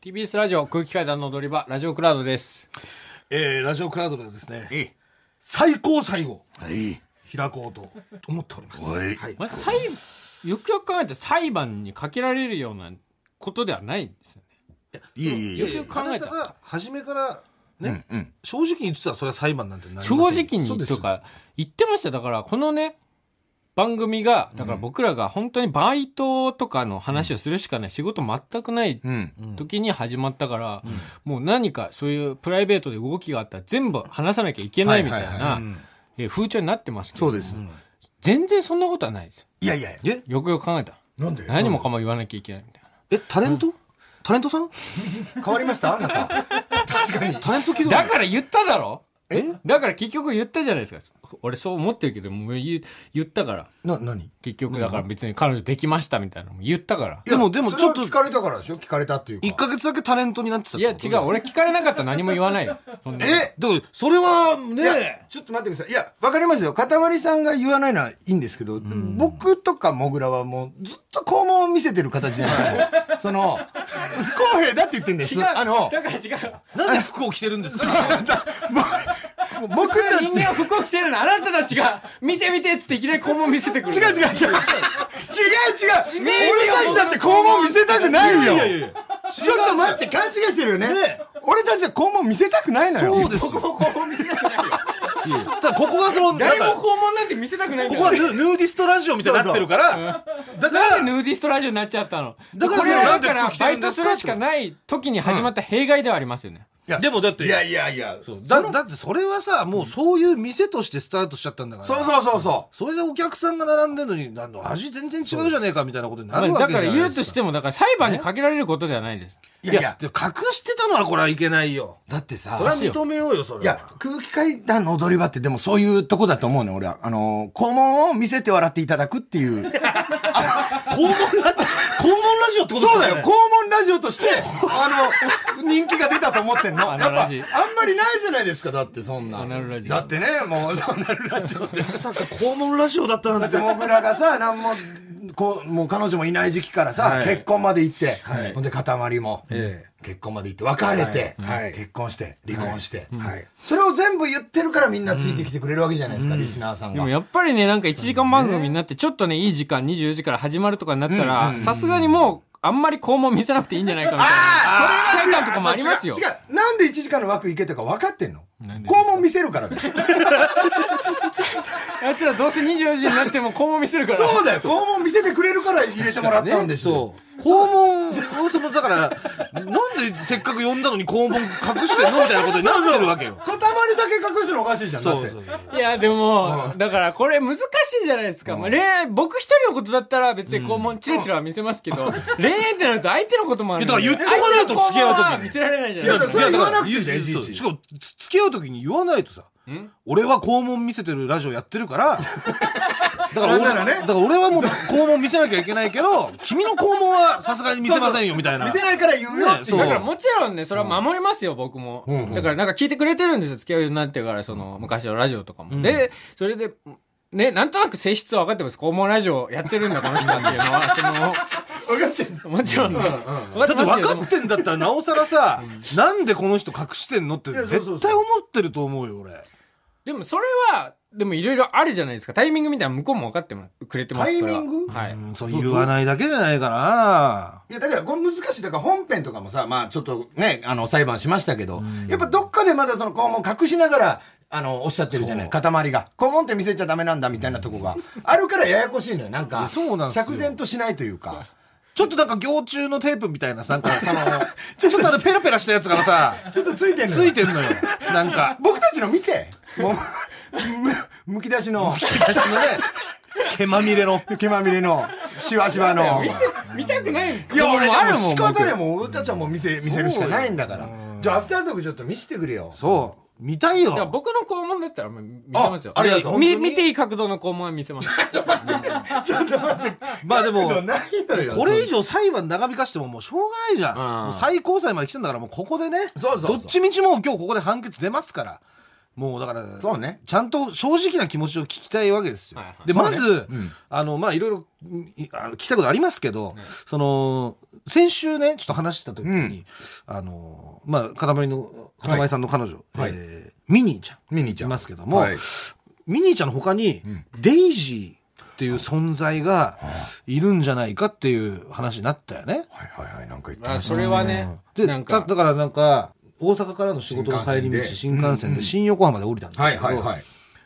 TBS ラジオ空気階段の踊り場、ラジオクラウドです。えー、ラジオクラウドではですね、え最高裁をはい。開こうと思っております。はいまあ、裁よくよく考えたら裁判にかけられるようなことではないんですよね。いえいえいよくえ。よく考あえなたたら。が初めからね、うんうん正直に言ってたらそれは裁判なんてなりませ正ん直そうにでとすか言ってましたよだからこのね番組がだから僕らが本当にバイトとかの話をするしかない仕事全くないうん。時に始まったから、もう何かそういうプライベートで動きがあったら全部話さなきゃいけないみたいはいはなえー風潮になってますけどそうです。全然そんなことはないですよいやいや。えよくよく考えたらなんで何もかも言わなきゃいけないみたいな。えタレント、タレントさん変わりましたあなた。確かに。タレント気取りだから言っただろえだから結局言ったじゃないですか。俺そう思ってるけど、もう言言ったから。な、何結局だから別に彼女できましたみたいなのも言ったから。でもでもそちれょっはと聞かれたからでしょ聞かれたっていうか。 1ヶ月だけタレントになってたっいてやこ違とう、俺聞かれなかったら何も言わないよ。そんなことえでもそれはいやねちょっと待ってください。いや、わかりますよ。かたまりさんが言わないのはいいんですけど、僕とかもぐらはもうずっと肛門を見せてる形じゃないですか。その、不公平だって言ってんです。違う、あの、だから違う。なぜ服を着てるんですか 僕たち、違う人間は服を着てるの、あなたたちが、見て見てっつっていきなり肛門見せてくる。違う違う違う。違う違う。俺たちだって肛門見せたくないよ。ちょっと待って、勘違いしてるよね。俺たちは肛門見せたくないのよ。そうですよ肛門見せたくないよ。ただここがそのなん誰もか肛こ門なんて見せたくないんだこよ。はヌ ヌーディストラジオみたいになってるからだからヌーディストラジオになっちゃったの。だからこれはだかならんで服着てバるイんトですすかるしかない時に始まった弊害ではありますよね。いやでもだっていやいやいや。そうだだってそれはさもうそういう店としてスタートしちゃったんだからそうそうそうそそれでお客さんが並んでるのになんだ味全然違うじゃねえかみたいなことになるまあわだけからじゃない言うでとしすかても、だから裁判にかけられることではないです。う。いやいやでも隠してたのはこれはいけないよだってさそれは認めようよそれはいや、空気階段の踊り場ってでもそういうとこだと思うね、俺は。あの、肛門を見せて笑っていただくって いう。肛門ラ肛門ラジオってことそうだよよ、ね肛門ラジオとして、あの、人気が出たと思ってんの。やあなっぱ、あるらんしいまりないじゃないですか、だってそんな。あなるらしいだってね、もう、そうなるラジオって。まさか肛門ラジオだっただなっんててモグラがさ、なんも、こう、もう彼女もいない時期からさ、はい結婚まで行って、はいほんで塊も、え結婚まで行って、別れて、はいはい結婚して、離婚して、はいそれを全部言ってるからみんなついてきてくれるわけじゃないですか、リスナーさんでが。もやっぱりね、なんか1時間番組になって、ちょっとね、いい時間、24時から始まるとかになったら、さすがにもう、あんまり肛門見せなくていいんじゃないかみたいな。あー期待感とかもありますよ。違う。なんで1時間の枠いけたか分かってんのなんでです肛門見せるからだよ。あいつらどうせ24時になっても肛門見せるから。そうだよ。肛門見せてくれるから入れてもらったんでしょ。そう肛門をそのだからなんでせっかく呼んだのに肛門隠してんのみたいなことになってるわけよ塊だけ隠すのおかしいじゃん。だって。いや、でも、だからこれ難しいじゃないですか。まあ、恋愛、僕一人のことだったら別に肛門チラチラは見せますけど、恋愛ってなると相手のこともあるんで。いやだから言ってこないと付き合う時相手の肛門には見せられないじゃいないやです違か。それは言わなくていいやじゃんやいちいちしかもつ付き合う時に言わないとさ俺は肛門見せてるラジオやってるからだから俺なんならねだから俺はもう肛門見せなきゃいけないけど君の肛門はさすがに見せませんよみたいな見せないから言うよねっていそううだからもちろんね、それは守りますよ、僕も。だからなんか聞いてくれてるんですよ、付き合うようになってから、その、昔のラジオとかも。で、それで、ね、なんとなく性質は分かってます。肛門ラジオやってるんだ、この人はっていうのは、 分かってんのその、もちろんね。分だって分でかもってんだったらなおさらさ、なんでこの人隠してんのってやそうそうそう絶対思ってると思うよ俺でもそれは、でもいろいろあるじゃないですか。タイミングみたいなの向こうも分かってもくれてますから。タイミングはい。うんそれ言わないだけじゃないかないや、だから、これ難しい。だから、本編とかもさ、まあ、ちょっとね、あの、裁判しましたけど、やっぱどっかでまだその肛門隠しながら、あの、おっしゃってるじゃない、塊が。肛門って見せちゃダメなんだ、みたいなとこ が、あるからややこしいのよ。なんか、そうなんすよ釈然としないというか。ちょっとなんか行中のテープみたいなさなんかそのちょっとあのペラペラしたやつからさちょっとついてんのつよいてんのよなんか僕たちの見て、も う、む、むき出しの、私のね毛まみれの毛まみれの、しわしわの。見せ、見たくない。いや、俺、もでうも仕僕方でも、俺たちはもう見せ、見せるしかないんだから。じゃあ、アフタートークちょっと見せてくれよ。そう見たいよだから僕の肛門だったらもう見せますよ。あありがとうみ本当に見ていい角度の肛門は見せます。 ちょっと待って。まあで もないのよ。これ以上裁判長引かしてももうしょうがないじゃん、うんもう最高裁まで来てんだからもうここでねそうそうそうどっちみちもう今日ここで判決出ますからもうだからそうねちゃんと正直な気持ちを聞きたいわけですよ。はいはいでまず、うんあのまあいろいろいあの聞きたいことありますけど、その先週ねちょっと話した時に、うんあのまあ塊の塊さんの彼女、はいえーミニーちゃんミニーちゃんいますけども、はいミニーちゃんの他に、デイジーっていう存在がいるんじゃないかっていう話になったよね。はいはいはいなんか言ってあましたそれはね、でなんたかだからなんか大阪からの仕事の帰り道新新幹線で新横浜で降りたんですはけいど、はいはい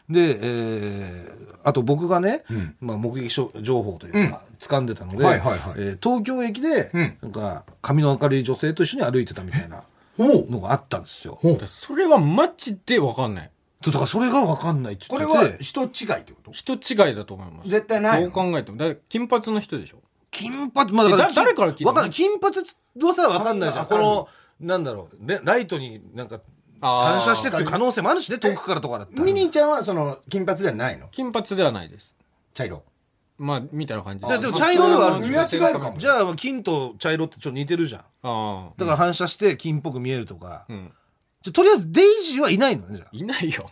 で、えーあと僕がね、まあ、目撃しょ情報というか、掴んでたので、はいはいはいえー東京駅で、んなんか髪の明るい女性と一緒に歩いてたみたいなおうのがあったんですよ。おうそれはマジでわかんない。そうだからそれが分かんないっつってこてれは人違いってこと人違いだと思います。絶対ないどう考えても。だって金髪の人でしょ金髪、まあ、だからえだ誰から聞いたのわかんない金髪はさ分かんないじゃんわかこんないのなんだろうねライトになんかあー反射してっていう可能性もあるしね遠くからとかだったらミニーちゃんはその金髪ではないの金髪ではないです。茶色まあ、みたいな感じででも茶色ではあるんですよ見間違えるかもじゃあ金と茶色ってちょっと似てるじゃんあだから反射して金っぽく見えるとか、あ。うん。じゃあとりあえずデイジーはいないのねじゃあいないよ。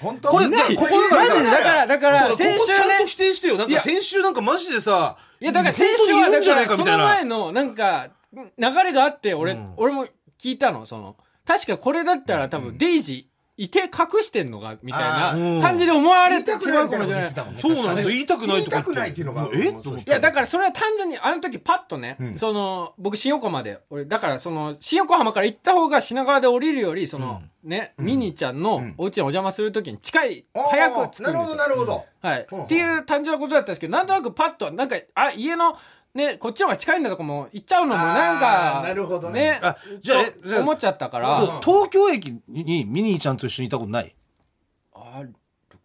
本当これいいなじゃなあい。こマこだからジで、だから、だから、先週ここちゃんとね否。定してよ。なんいかや先週なんかマジでさ、いや、だから先週本当は、にいるんだじゃかないら、かそみたいのな前。の、なんか、流れがあって、俺、俺も聞いたの、その、確かこれだったら多分、デイジー、いて隠してんのが、みたあいーな感じで思わ言れいてたしくなまいうみたかいもなしこれない。いと言ってたもんねそうなんですよ。言いたくないとか言いたくないっていうのがえと思って。や、だからそれは単純に、あの時パッとね、んその、僕、新横浜で、俺、だからその、新横浜から行った方が品川で降りるより、その、ね、ミニーちゃんのお家にお邪魔するときに近い、あー早く着くんですよ。なるほどなるほどはいうん。っていう単純なことだったんですけど、なんとなくパッと、なんか、あ、家の、ね、こっちの方が近いんだとかも行っちゃうのも、なんあか、ーなるほどねあじじゃゃああえ、じゃあ思っちゃったかそうら、東京駅にミニーちゃんと一緒にいたことないある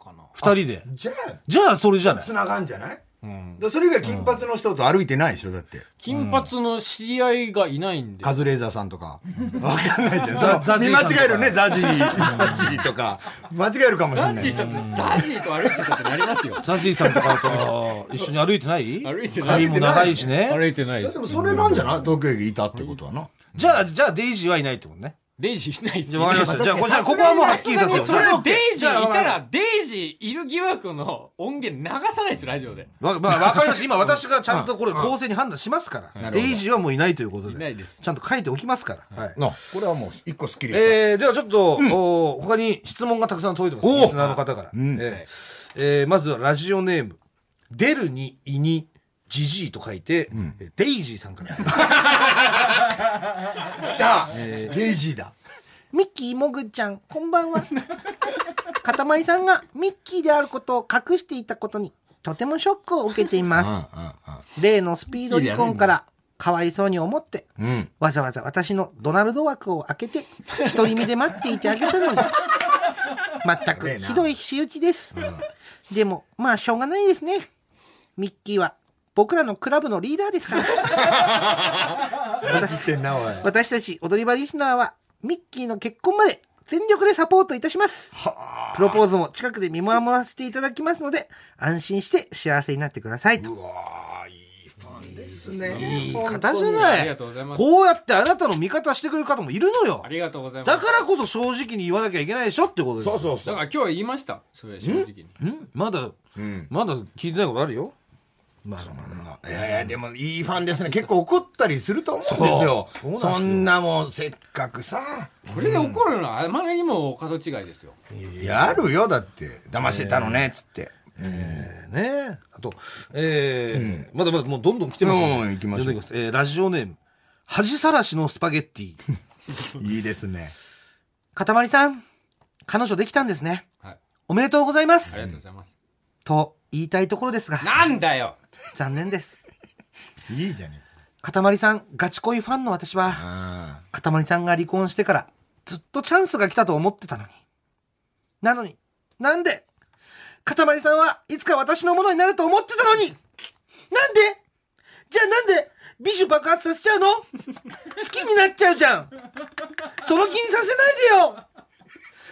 かな。二人で。じゃあじゃあ、それじゃない。繋がんじゃないだかうん。らそれ以外金髪の人と歩いてないでしょだって金髪の知り合いがいないんで。カズレーザーさんとかわかんないじゃんザその見間違えるねザ。ザジーザジーとか間違えるかもしれなザいジーさんと、ザジーと歩いてたってなりますよザジーさんとかと一緒に歩いてない 歩いてない髪も長いしね。歩いてないいでやすで。もそれなんじゃない東京駅いたってことはなじゃあ、じゃあ、デイジーはいないってことね。デイジーいないですじゃよあ、わかりました。じゃあ、こじゃあここはもうはっきりさせよそれう。デイジーいたら、デイジーいる疑惑の音源流さないです、ラジオで。わ、まあ、わかりました。今、私がちゃんとこれ、公正に判断しますから。デイジーはもういないということで。いないですちゃんと書いておきますから。はい。なこれはもう一個スッキリしたえー、ではちょっと、お他に質問がたくさん届いてます、おーリスナーの方から。んえーえーまずはラジオネーム、出るに、いに、じじいと書いて、えーデイジーさんから。来たデイジーだ ミッキーもぐちゃん、こんばん は。かたまりさんがミッキーであることを隠していたことに、とてもショックを受けています。例のスピード離婚から、かわいそうに思って、うんわざわざ私のドナルド枠を開けて、独り身で待っていてあげたの に。全くひどい仕打ちです。でも、まあ、しょうがないですね。ミッキーは、僕らのクラブのリーダーですから。 私ってんなおい私たち踊り場リスナーはミッキーの結婚まで全力でサポートいたしますプロポーズも近くで見守らせていただきますので安心して幸せになってくださいとうわーいいファンですねいい方じゃあなりがい。とうございます。こうやってあなたの味方してくれる方もいるのよあ。りがとうございます。だからこそ正直に言わなきゃいけないでしょってことです。そうそうそだうから今日言いました。それ正直に。んまだ、うんまだ聞いてないことあるよ。まだいやいやでもいいファンですね結構怒ったりすると思うんですよそうそうなんですよそんなもんせっかくさこれで怒るのはあまりにも角違いですよ。やるよだって騙してたのねっつってえーねあと、えーまだまだもうどんどん来てますね、うん行きまし読ょうんでいきます。えーラジオネーム、恥さらしのスパゲッティ。いいですねかたまりさん彼女できたんですねはい。おめでとうございまあすりがとうございます。と言いたいところですがなんだよ残念ですいいじゃねかたまりさんガチ恋ファンの私はあかたまりさんが離婚してからずっとチャンスが来たと思ってたのに。なのに、なんでかたまりさんはいつか私のものになると思ってたのになんでじゃあなんで美女爆発させちゃうの 好きになっちゃうじゃんその気にさせないでよ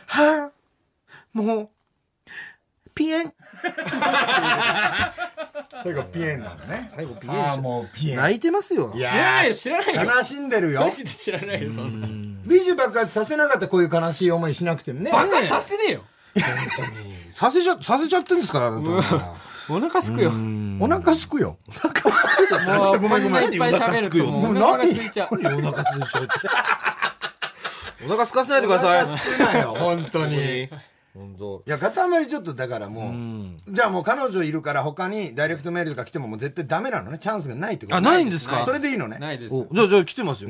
はあ、もう、ピエン、最後ピエンなんだね。最後ピエンああ、もうピエン。泣いてますよい知らなやいよ、知らないよー。悲しんでるよマ。ジで知らないよ、そんな。美女爆発させなかったこういう悲しい思いしなくてもね。バカさせねえよ。させちゃさせちゃってんですからあなたはお腹すくよ。お腹すくよ。もう、こんないっぱい喋ると、もうお腹が空いちゃう。お腹空い ちゃうってお腹空かせないでくだおさ腹いすくなよ、本当に。い本当や、塊ちょっとだからもう、じゃあもう彼女いるから他にダイレクトメールとか来てももう絶対ダメなのね。チャンスがないってこと。あないんですあかそれでいいのね。ないです。おじゃあじゃあ来てますよ、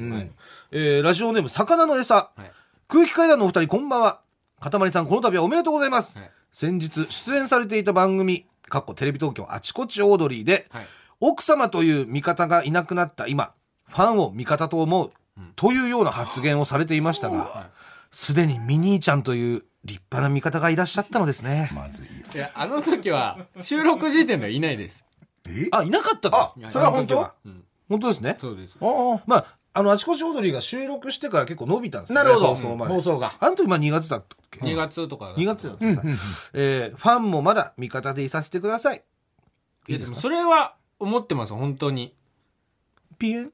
えーラジオネーム魚の餌、はい空気階段のお二人こんばんはかたまりさんこの度はおめでとうございます、はい先日出演されていた番組かっこテレビ東京あちこちオードリーで、はい奥様という味方がいなくなった今ファンを味方と思う、というような発言をされていましたがすでにミニーちゃんという立派な味方がいらっしゃったのですね、まずいよ。いや、あの時は、収録時点ではいないです。えあいなかったあと、それは本あの時当本当ですねそうです。おーまああのあちこちオードリーが収録してから結構伸びたんですよなねるほど。放送前放送が。あの時まあ2月だったっけ2月とか。 2月だったさ、えーファンもまだ味方でいさせてください。いや、でもそれは、思ってます、本当に。ピエン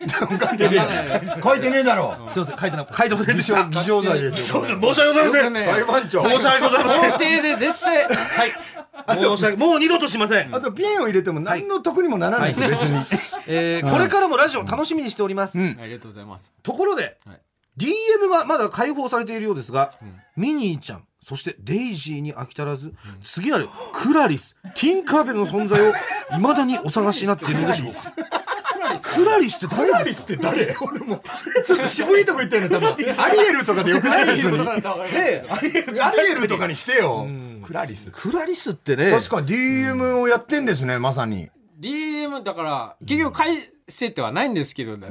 書いてねえだろ。書いてねえだろ。すいません、書いてな書いてませんで偽した。す証偽証罪ですよ。いません、申し訳ございません。ね裁判長。申し訳ございません。法廷で絶対、はい。申し訳、もう二度としません。あとピエンを入れても何の得にもならないです、別に。えーこれからもラジオ楽しみにしております。ありがとうございます。ところで、はい DM がまだ開放されているようですが、ミニーちゃん、そしてデイジーに飽き足らず、次なるクラリス、ティンカーベルの存在を未だにお探しになっているんでしょうか。クラリスって誰アリスって誰俺も、ちょっと渋いとこ行ったよね、多分。アリエルとかでよくない別に。アリエ ルとかにしてよ。クラリス。クラリスってね、確かに DM をやってんですね、まさに。 DM だから、結局返せてはないんですけど、だ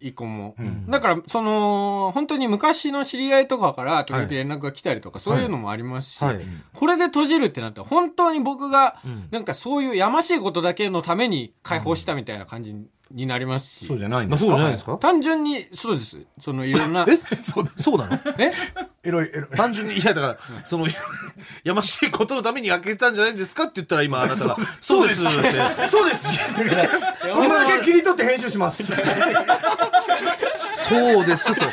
一個も。だから、その、本当に昔の知り合いとかから、時々連絡が来たりとか、そういうのもありますしはいはい、これで閉じるってなったら、本当に僕が、なんかそういうやましいことだけのために解放したみたいな感じになりますしそう、じゃないんまあですそうじゃないか。ですか単純に、そうです。その、いろんな、えそうそうなのえエロい、エロい。単純に、いや、だから、その、やましいことのために開けたんじゃないんですかって言ったら、今、あなたが、そうですって。そうです。これだけ切り取って編集し ます。そうですと。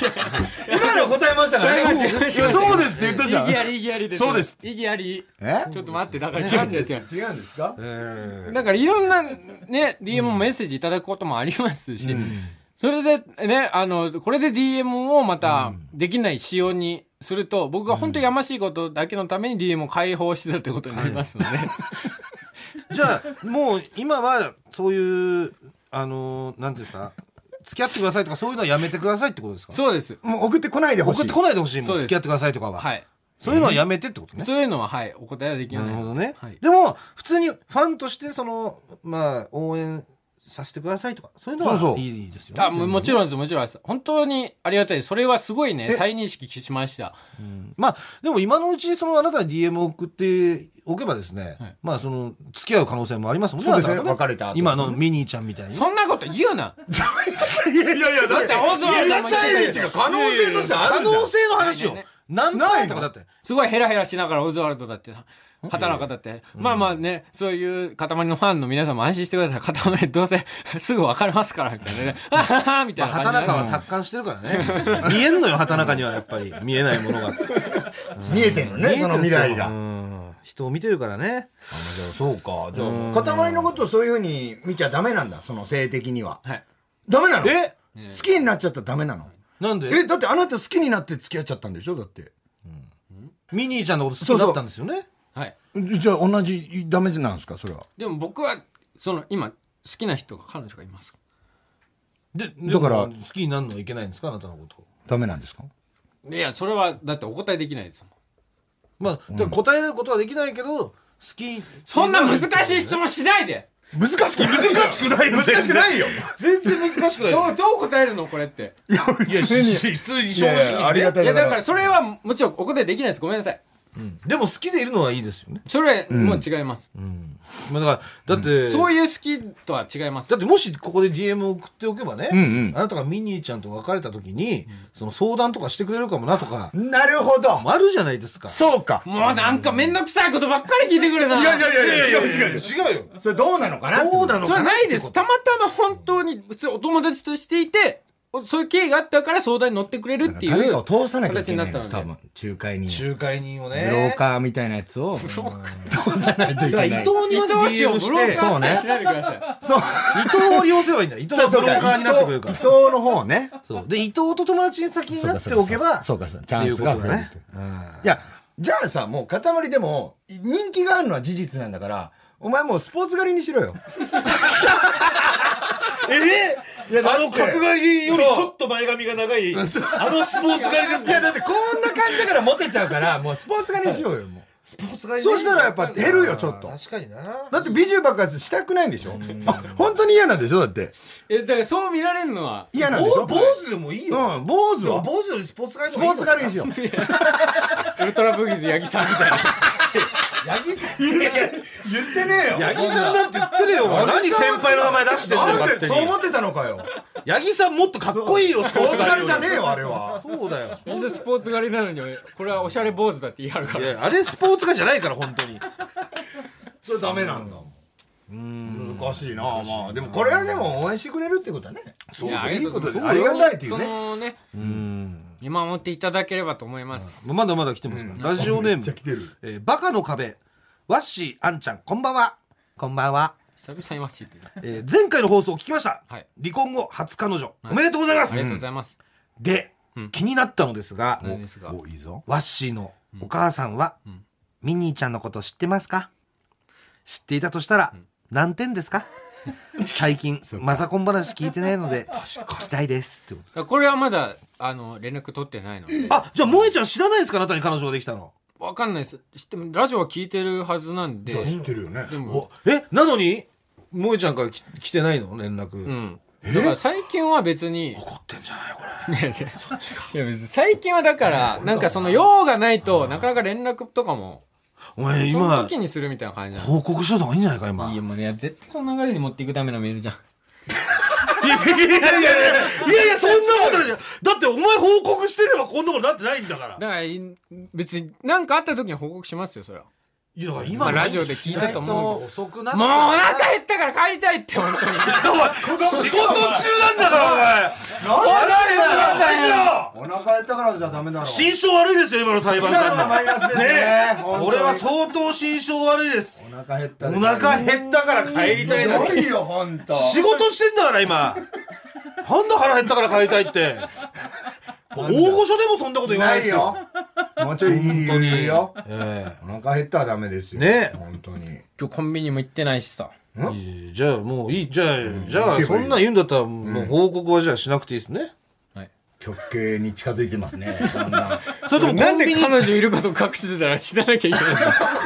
今の答えましたからね。そうですって言った意じゃん。義あり、意義ありです。そうです。意義あり。えちょっと待って、だから違うんですよ。違うんですかだからいろんなね、DM もメッセージいただくこともありますし、それでね、あの、これで DM をまたできない仕様にすると、僕が本当にやましいことだけのために DM を解放してたってことになりますので、じゃあ、もう、今は、そういう、あのー、なんていうんですか、付き合ってくださいとか、そういうのはやめてくださいってことです かそうです。もう送ってこないでほしい。送ってこないでほしいそも。うんです付き合ってくださいとかは。はい。そういうのはやめてってことね。そういうのは、はい、お答えはできな。ないるほどね。はい。でも、普通にファンとして、その、まあ、応援させてくださいとか、そういうのそうはそういいですよね。あももちろんです、もちろんです。本当にありがたいです。それはすごいね、再認識しました。まあ、でも今のうち、そのあなたに DM を送っておけばですね、はいまあ、その、付き合う可能性もありますもんそうですねあなたと別れた後今のミニーちゃんみたいに。そんなこと言うないやいやいや、だって、オズワルドも言ってたよユーサイレンチが可能性としてあ可るじゃん。能性の話よないね。何回とかだって。すごいヘラヘラしながらオズワルドだって、畑中だって。まあまあね、そういう塊のファンの皆さんも安心してください。塊どうせ すぐ別れますから、みたいなね。あははみたまいあ、な感じで畑中は達観してるからね。 見えんのよ、畑中にはやっぱり。 見えないものが。見えてんのね、その未来がう。ん。人を見てるからね。そうか。じゃあ、塊のことをそういうふうに見ちゃダメなんだ、その性的には。はい。ダメなのえ好きになっちゃったらダメなのなんでえ、だってあなた好きになって付き合っちゃったんでしょだって。ミニーちゃんのこと好きになったんですよね。はい。じゃあ同じダメなんですかそれは。でも僕は、その、今、好きな人が、彼女がいます。で、だからでも好きになるのはいけないんですかあなたのこと。ダメなんですかいや、それは、だってお答えできないですもん。まあ、だから答えることはできないけど、好き。そんな難しい質問しないで難しくない難しくない難しくないよ 全然難しくなどう、どう答えるのこれって。いや、普通に。普通にいやいやありがたいいや、だだか。かららそれは、もちろんお答えできないです。ごめんなさい。でも好きでいるのはいいですよね。それもう違います、まあ、だから、だって、そういう好きとは違いますだってもしここで DM を送っておけばね、んうんあなたがミニーちゃんと別れた時に、その相談とかしてくれるかもなとか、なるほど。あるじゃないですか。そうか。もうなんかめんどくさいことばっかり聞いてくるないやいやいやいや、違う違う違う。違うよ。それどうなのかなどうなのそれかはなないです。たまたま本当に、普通お友達としていて、おそういう経緯があったから相談に乗ってくれるってい誰うかを通さなきゃい形けになないったの、の多で。分。仲介人。仲介人をブね。ローカーみたいなやつを。通さないといけだかならい。伊藤に伊まず藤氏を DM ブしローて、カーそ扱うねいしないでください。そう。伊藤を利用すればいいんだ。伊藤がブローカーになってくれるか伊ら。藤の方ね。そうで、伊藤と友達に先になっておけば、そうかそうかそうかそうかチャンスがっ増ていえうこるととだね。いや、じゃあさ、もう塊でも、人気があるのは事実なんだから、お前もうスポーツ狩りにしろよ。えいや、あだのっ角て刈りよりちょっと前髪が長い、あのスポーツ刈りですいや、だってこんな感じだからモテちゃうから、もうスポーツ狩りにしようよ、もスポーツ狩う。りねそうしたらやっぱ減るよ、ちょっと。確かにな。だって美女爆発したくないんでしょあ本当に嫌なんでしょだって。え、だからそう見られるのは、嫌なんでしょ坊主でもいいよ。うん、坊主いやは。坊主よりスポーツ狩りスの方ポがいーいツよ狩りにしよう。ウルトラブギーズ八木さんみたいな。八木さん。言ってねえよ。八木さんだって言ってるよ。お前何先輩の名前出してんだよな勝ん手でにそう思ってたのかよ。八木さんもっとかっこいいよ、ススポポーーツツ狩狩りりじじゃゃねねえよ、あれは。そうだよ。水スポーツ狩りなのに、これはおしゃれ坊主だって言い張るかいら。や、あれスポーツ狩りじゃないから、本当に。それダメなんだもん。難しいなまあ、でもこれはでも応援してくれるってことはね。そういやいいことです。そありがたいっていうそね。のね、見守っていただければと思います。まだまだ来てますから。ラジオネーム。来てる。えーバカの壁。ワッシー、あんちゃん、こんばんは。こんばんは。久々にマッチーって言う。えー前回の放送を聞きました。はい離婚後、初彼女。おめでとうございまあす。りがとうございます。で、ん気になったのですが、なんですが。お、いいぞ。ワッシーのお母さんは、ミニーちゃんのこと知ってますか知っていたとしたら、何点です か最近、マザコン話聞いてないの で、聞きたいです。ってことこれはまだ、あの、連絡取ってないので。あ、じゃあ、萌えちゃん知らないですかあなたに彼女ができたの。わかんないです。知っても、ラジオは聞いてるはずなんで。知ってるよね。おえ、なのに、萌えちゃんからき来てないの連絡。うん。だから最近は別に。怒ってんじゃないこれ。 いや違ういや別に最近はだから、なんかその用がないと、なかなか連絡とかも、お前、その今、時にするみたいな感じなの。報告しといた方がいいんじゃないか、今。いやもうね、絶対その流れに持っていくためのメールじゃん。いやいや、そんなことないよだってお前報告してればこんなことなってないんだから。だからい、別に、なんかあった時には報告しますよ、それは。いや、だからま今あ、ラジオで聞いたと思うけ遅くなっど。もうお腹減ったから帰りたいって、本当に。仕事中なんだから、お前。腹減いやお腹減ったからじゃダメだろ。心象悪いですよ、今の裁判今のはマ官イナスですね。の。俺は相当心象悪いです。お腹減った。お腹減ったから帰りたいのひどいよ、ほんと。仕事してんだから今なんだ腹減ったから帰りたいって大御所でもそんなこと言わなないでいすよよ。もうちょいいい理由言うよ。えお腹減ったらダメですよ。ね本当に。 今日コンビニも行ってないしさ。えいいじゃあもういいじゃあ、じゃ行あけばそいいんなん言うんだったらもう報告はじゃあしなくていいですね、はい。極刑に近づいてますね。そんな。それともコなんンビでニ彼女いることを隠してたら死ななきゃいけないんだ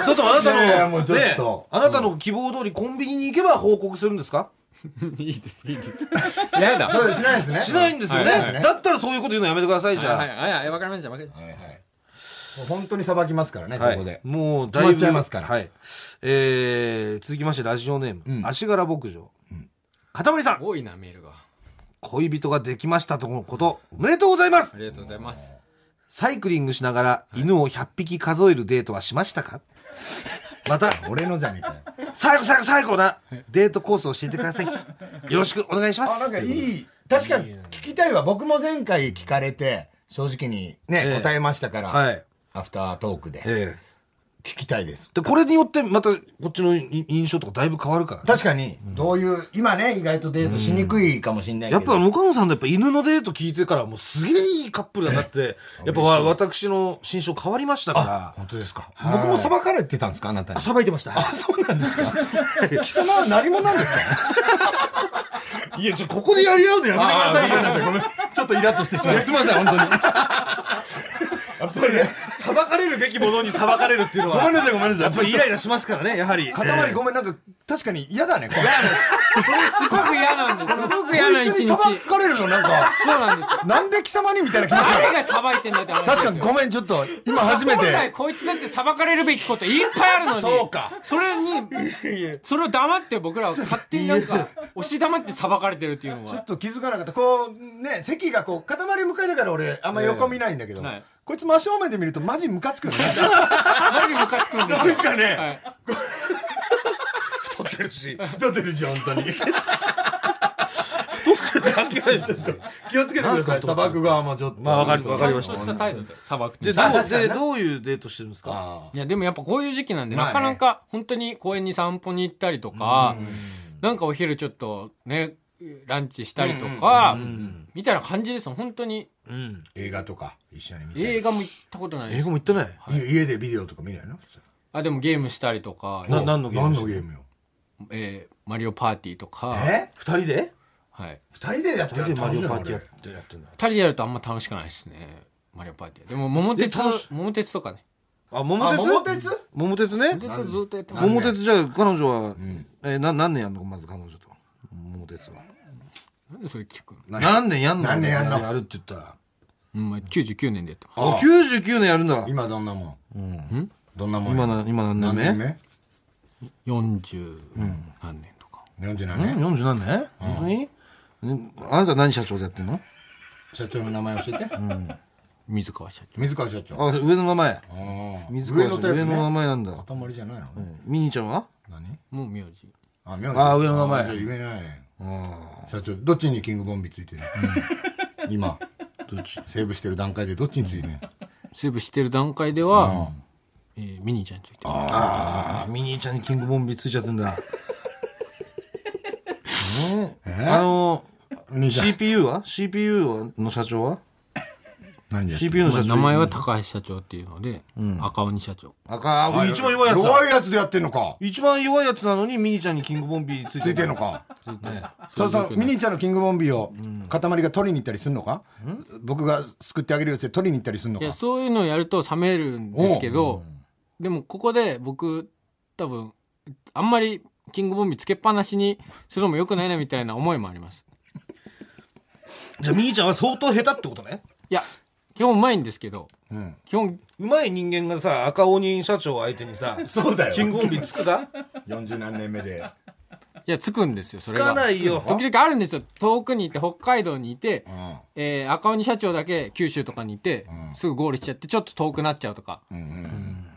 それともあなたのいやいやもうちょっねとあなたの希望通りコンビニに行けば報告するんですか、 いいです、いいです。やだ。そうしないです ね。しないんですよね、はいはいはいだったらそういうこと言うのやめてくださいじゃあ、はい、はい、はい、わかりました、わかりましはいはい。もう本当に裁きますからね、はいここで。もうだいぶ止まっちゃいますからはいえー、続きましてラジオネーム、ん足柄牧場、かたまりさた。ん多いな、メールが。恋人ができましたとのことおめでとうございますありがとうございます。サイクリングしながら犬を100匹数えるデートはしましたか、また俺のじゃねえかよ。最後最後最後なデートコースを教えてくださいよろしくお願いしまあ、なんすかいい。確かに聞きたいわ。僕も前回聞かれて、正直にね、ええ答えましたから、はいアフタートークで。ええ聞きたいです。でこれによってまたこっちのい印象とかだいぶ変わるから、ね、確かに、どういう、今ね、意外とデートしにくいかもしれないけやど。っぱ岡野さんのやっぱ犬のデート聞いてからもうすげえいいカップルだなってやっぱわ私の心象変わりましたから本当ですか。僕も裁かれてたんですかあなたに。さばいてましたあ、そうなんですか貴様は何者なんですかいやちょここでやり合うのやめてくださいよ ごめんなさい、ごめん。ちょっとイラッとしてしまいすみません、本当に。やっぱりね、裁かれるべきものに裁かれるっていうのは。ごめんなさいごめんなさいやっぱりイライラしますからね、やはり。塊えごめん、なんか、確かに嫌だね、これ。すごく嫌なんです。すごく嫌こない一つに日。裁そかれるの、なんか、うなんですよ。なんで貴様にみたいな気持ち誰が。が裁いてんだって話です確かよに、ごめん、ちょっと、今 初め本来て。こいつだって裁かれるべきこといっぱいあるのに。そうか。それに、それを黙って僕らは勝手になんか、押し黙って裁かれてるっていうのちょはっ。と気づかなかった。こう、ね、席がこう、塊向かいだから俺、あんま横見ないんだけどええはい、こいつ真正面で見るとマジムカつくよね。マジムカつくんですよ。かねはい。太ってるし。太ってるし、本当に。気をつけてくなだんすさか、い。砂漠側もちょっと。まあ、わかり、わかりましちたゃんと。した態度で裁くっていうで、どあ確う、かにで、どういうデートしてるんですかあいや、でもやっぱこういう時期なんで、まあねなかなか本当に公園に散歩に行ったりとか、なんかお昼ちょっとね、ランチしたりとか、みたいな感じですよ。本当にうん。ー映画とか、一緒に見映て。画も行ったことない英です語。も言ってない。家家でビデオとか見ないの普通あ、でもゲームしたりとか、な何のゲーム何のゲームよ。えーマリオパーティーとか、え二人ではい。二人でやって二人るでマ楽しいリオパなーティーやっ俺てやってんだ二。人でやるとあんま楽しくないですね。マリオパーティー。でも、桃鉄え楽し、桃鉄とかね。あ、あ、桃鉄桃鉄桃鉄ね桃鉄はずっとやってます。桃鉄じゃあ彼女は、えーな何年やんのまず彼女と桃鉄はなんでそれ聞くの何年やんの何年やんのやるって言ったらうん、まあ、99年でやってます。あ99年やるんだ今どんなもんうんどんなもん今な今何年何目年目40何年とか。 47うん年40何年本当にねあなた何社長でやってんの社長の名前教えて水川社長。水川社長あ上の名前水水川川上の,、上社長の名ね前なんだ塊じゃないのミニーちゃんは何もう名字。あ名字あ上の名前あじゃあ言えないね社長どっちにキングボンビついてる今セーブしてる段階でどっちについてるセーブしてる段階では、えーミニーちゃんについてます。ああミニーちゃんにキングボンビーついちゃってん だねえあの兄ちゃん CPU は CPU はの社長は何で CPU のま社あ長名前は高橋社長っていうので、赤鬼社長。赤あ一番弱いやつだ弱いやつでやってんのか一番弱いやつなのにミニちゃんにキングボンビーついつていてんのかそうそうミニーちゃんのキングボンビを塊が取りに行ったりするのか僕が救ってあげるよって取りに行ったりするいのかや、そういうのをやると冷めるんですけど、でもここで僕、多分、あんまりキングボンビーつけっぱなしにするのも良くないなみたいな思いもあります。じゃあミニちゃんは相当下手ってことねいや、基本うまいんですけど、ん基本、うまい人間がさ赤鬼社長相手にさそうだよキングボンビーつくか40何年目でいや、つくんですよ、そつれが。かないよ時々あるんですよ。遠くにいて、北海道にいて、んえー赤鬼社長だけ九州とかにいて、すぐゴールしちゃって、ちょっと遠くなっちゃうとか。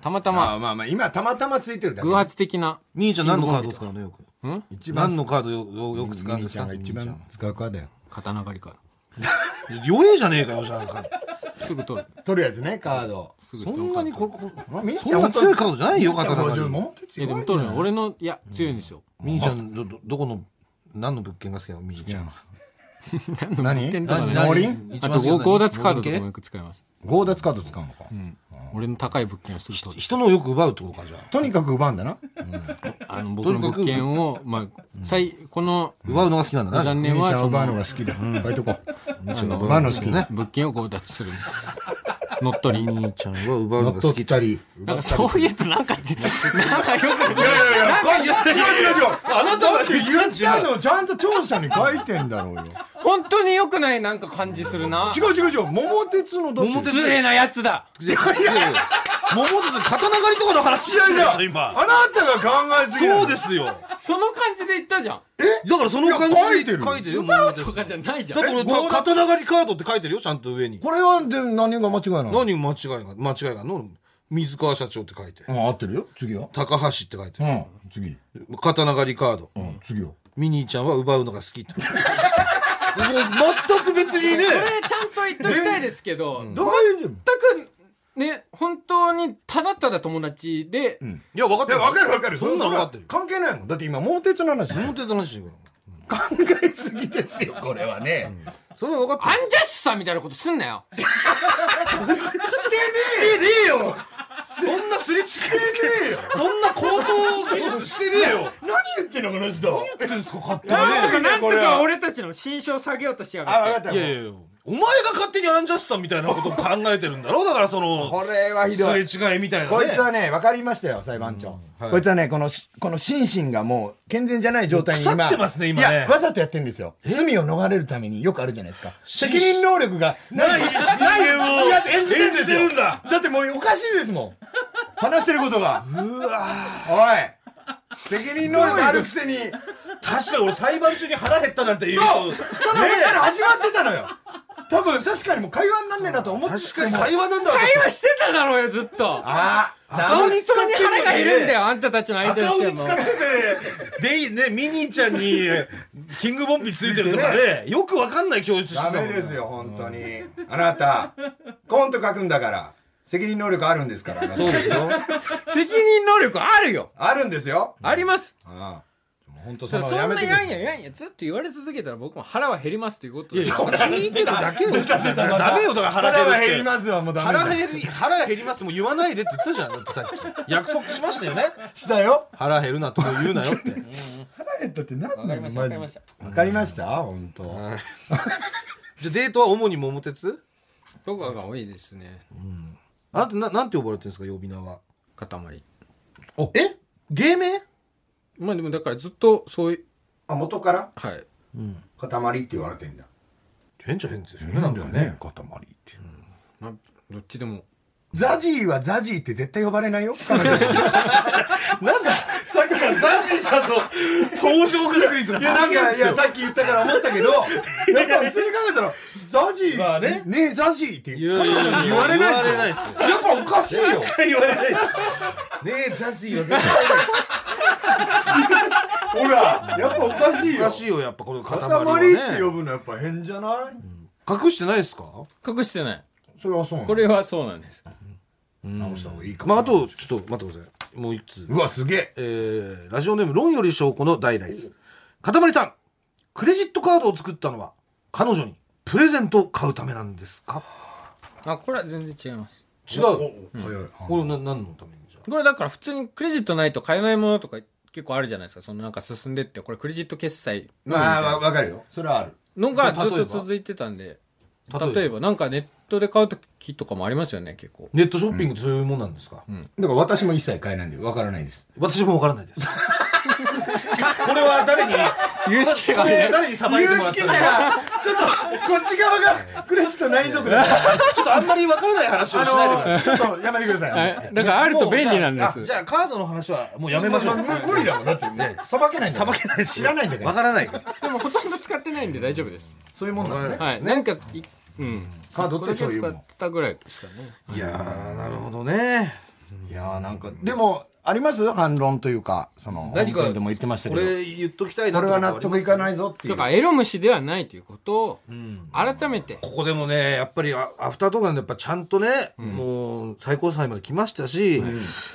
たまたまま、あまあまあ今たまたまついてるだけ偶発的な。ミニちゃん何のカード使うのよく一番何のカードよよよく使うんミでニすちゃかんが一番使うかだよ刀狩りか弱えじゃねえかよじゃあら。すぐ 取る。取るやつねカードすぐそ人んをな狩にるここあミニそんな強いカードじゃないよミニちゃん刀狩り50もっとい強や、いでも取るの。俺の、いや、強いんですよ。ミニちゃんどどどこの何の物件が好きなのミニちゃん何点とかね何何農林一あ番と、好きな強の強奪カードとかも農林よく使います。強奪カード使うのか俺の高い物件をすぐ取系る。人のをよく奪うってことかじゃあとにかく奪うんだなあの、僕の物件を、まあ、最、この、奪うのが好きなんだ残な念ミニちは、ゃんそ奪うのの、が好きだ書いとこうあの奪うの好きね物件を強奪する。乗っ取り。ミニちゃんは奪う乗のっが好取きったりなん奪かった そういうとなんかって、なんかよくない。りいや違う違う違うあなたが言ったのちゃんと調査に書いてんだろうよ本当に良くないなんか感じするな。違う違う違う桃鉄のどっち桃鉄失礼なやつだ。桃鉄刀狩りとかの話しいやいやてるでしょ今あなたが考えすぎそうすですよその感じで言ったじゃん。だからその感じいや書いてる書いてるよ奪桃う鉄とかじゃないじゃだんっ。て俺強奪刀狩りカードって書いてるよちゃんと上にこれはで何が間違いなの何間違いが間違いがあんの水川社長って書いてるうん合ってるよ次は高橋って書いてうん次る刀狩りカードうん次よミニーちゃんは奪うのが好きってもう全く別にねこれちゃんと言っときたいですけど、全どういうじゃんく、ね、本当にただただ友達で、いや分かっいてや、るわかるわかる。そんなの分かってる関係ないもん。だって今、桃鉄の話。桃鉄の話してるか考えすぎですよ、これはね。らそれは分かってアるンジャッシュさんみたいなことすんなよ。してねえよそんなすれ違いしてねえよそんな高等技術してねえよ何言ってんの、この人。何言ってるんですか勝手なんとかなんことれかは俺たちの心象下げようとしやあ、がって。わかった。いやいやいやお前が勝手にアンジャスさんみたいなことを考えてるんだろだからその、これはひどい。すれ違いみたいなね。 こいつはね、分かりましたよ、裁判長。こいつはね、このし、この心身がもう健全じゃない状態に今。腐ってますね今ねいや、わざとやってんですよ。罪を逃れるためによくあるじゃないですか。責任能力がない、ない人間をだって演じてるんですよ演じてるんだ。だってもうおかしいですもん。話してることが。うわおい責任能力あるくせに、そう確かに俺裁判中に腹減ったなんて言うその人前から始まってたのよ多分、確かにもう会話になんねえなと思って確かに会話なんだ会話してただろうよ、ずっと。ああ、本当に腹腹がいるんだよ。よ、あんたたちの間にしても。で、ね、ミニーちゃんに、キングボンビーついてるとかね、よくわかんない教室してダたもメんねですよ、本当に。あなた、コント書くんだから、責任能力あるんですから。あなた責任能力あるよ。あるんですよ。あります。ああもう本当そのんなやんやややんやずっと言われ続けたら僕も腹は減りますということで。聞いてるだけよ。ダメよ、だから腹腹は減減るりって。ますわ、もうダメ腹だ。減り、腹が減りますも言わないでって言ったじゃん。だってさっき。約束しましたよね。したよ。腹減るなとも言うなよって。腹減ったって何なのマジわかりましたわかりました本当。じゃあデートは主に桃鉄とかが多いですね。あなたな、なんて呼ばれてるんですか、呼び名は。塊。え芸名まあでもだからずっとそういう、あ、元からはい。塊って言われてんだ。変じゃ変ですよね。なんだよね、塊って。まあ、どっちでも。ザジーはザジーって絶対呼ばれないよ。彼 女なんか、さっきからザジーさんの登場確率がいや、なんか、いや、さっき言ったから思ったけど、なんか、普通に考えたら、ザジー、まあねねえ、ザジーって、彼やいや女に言われない言われないでっすすよ。やっぱおかしいよ。言われない。ねえ、ザジーは絶対言わ れない。ほら、やっぱおかしいおよか。しいよ、やっぱこの塊は塊って呼ね。ぶのやっぱ変じゃない隠してないですか隠してない。それはそうなのこれはそうなんです。直した方がいいかもまあ、あと、ちょっと待ってください。もう一つ。うわ、すげえ。えー、ラジオネーム、論より証拠の代々です。かたまりさん、クレジットカードを作ったのは、彼女にプレゼントを買うためなんですかあ、これは全然違います。違おう。お早い。これ、な、何のためにじゃこれだから普通にクレジットないと買えないものとか結構あるじゃないですか。そのなんか進んでって、これクレジット決済のみたまいあ、なわわかるよ。それはある。のがずっ例えとば続いてたんで。例例えばえば、なんかネットで買うときとかもありますよね、結構。ネットショッピングってそういうもんなんですか、だから私も一切買えないんで、わからないです。私もわからないです。これは誰に、有識者がね。誰にさばいてもらったのかが、ちょっと、こっち側がクレジット内族だから。ちょっとあんまりわからない話をしないでください。あのちょっとやめてください。 はいだからあると便利なんでもうすじ。ゃあ、あじゃあカードの話はもうやめましょう。無無理だもん、だってね。さばけないんださばけない。知らないんだかわら。からないから。でもほとんど使ってないんで大丈夫です。そういうもんなんだね。はい。なんか、いうん。カードってそういうも使ったぐらいですかね。いやー、なるほどね。ん。いやーなんか、でも、あります反論というか、その、何か本編でも言ってましたこけど。れ言っときたいなこれは納得いかい。ないぞっていうだか。らエロ虫ではないということを、改めて。ここでもね、やっぱりあアフタートークなんでやっぱちゃんとね、もう最高裁まで来ましたし、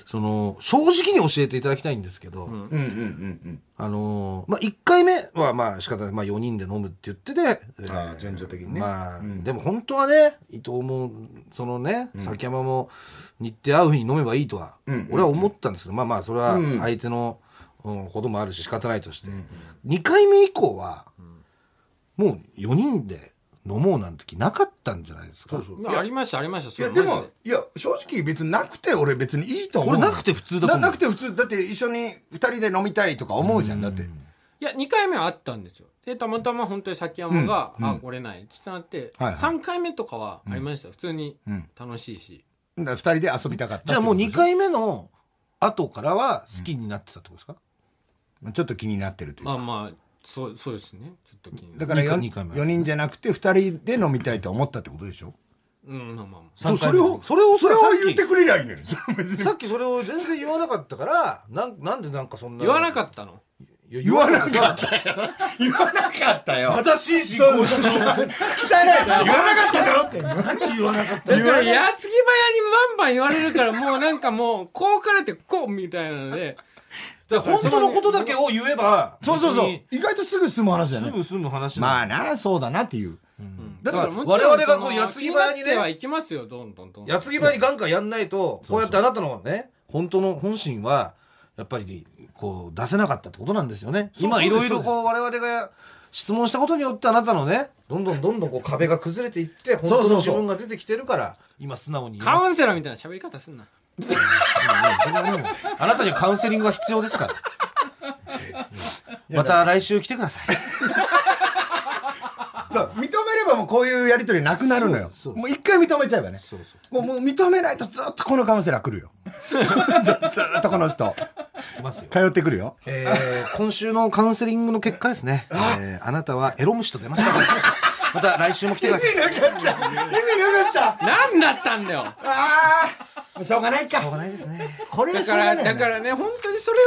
その、正直に教えていただきたいんですけど、うんうんうんあのーまあ、1回目はまあ仕方ない、まあ4人で飲むって言ってて、えうん。ーああ、順序的にね。まあ、でも本当はね、伊藤も、そのね、崎山も日程合う日に飲めばいいとは、俺は思ったんですけど、まあまあ、それは相手の、うんこともあるし仕方ないとして、2回目以降は、もう4人で飲もうなんて気なかったんじゃないですか。まあありました、ありました。いそれや、はでマジも、いや、正直別になくて俺別にいいと思う。俺なくて普通だとな思うなくて普通、だって一緒に二人で飲みたいとか思うじゃん、だって。いや、2回目はあったんですよ。で、たまたま本当に崎山が、あ、来れないってなって、はいはい3回目とかはありましたよ。普通に楽しいし。だから二人で遊びたかったってじゃこあともうでし2ょ回目の後からは好きになってたってことですか、ちょっと気になってるというまかあまあ、そう、そうですね。ちょっと気になだる。から二 4, 回二回目四人じゃなくて2人で飲みたいと思ったってことでしょうん、まあまあまあ。三そ回れ目をそれをそれをさっき言ってくれりゃいいのよ別にさっきそれを全然言わなかったから、なんなんでなんかそんな。言わなかったのいや言言わわななかかっったた。言わなかったよ正しい進行して汚い言わなかったよって言わなかっただから、矢継ぎ早にバンバン言われるから、もうなんかもう、こうからってこうみたいなので、本当の ことだけを言えばそうそうそう別意外とすぐ済む話だよにすねぐ済む話まああなそうだなっていう、だだかかららもち我ろん々がこうその矢継ぎ早にね気なってはいきますよ、どんどんどんどん。矢継ぎ早にガンガンやんないとこうやってあなたのね本当の本心はやっぱりこう出せなかったってことなんですよねうそう今ですいろいろこう我々が質問したことによってあなたのねどんどんどんどんこう壁が崩れていって本当の自分が出てきてるから今素直に言えカますウンセラーみたいな喋り方すんな。あなたにはカウンセリングが必要ですからまた来週来てくださいそう認めればもうこういうやりとりなくなるのよもう一回認めちゃえばねもうもう認めないとずっとこのカウンセラー来 るよずずっとこの人来ますよ通ってくるよえー、今週のカウンセリングの結果ですね、え ー、あなたはエロ虫と出ま したまた来週も来てください意味なかった意味なかった何だったんだよああしょうがないかしょうがないですねこれだしょかうら、がないだからね、本当にそれ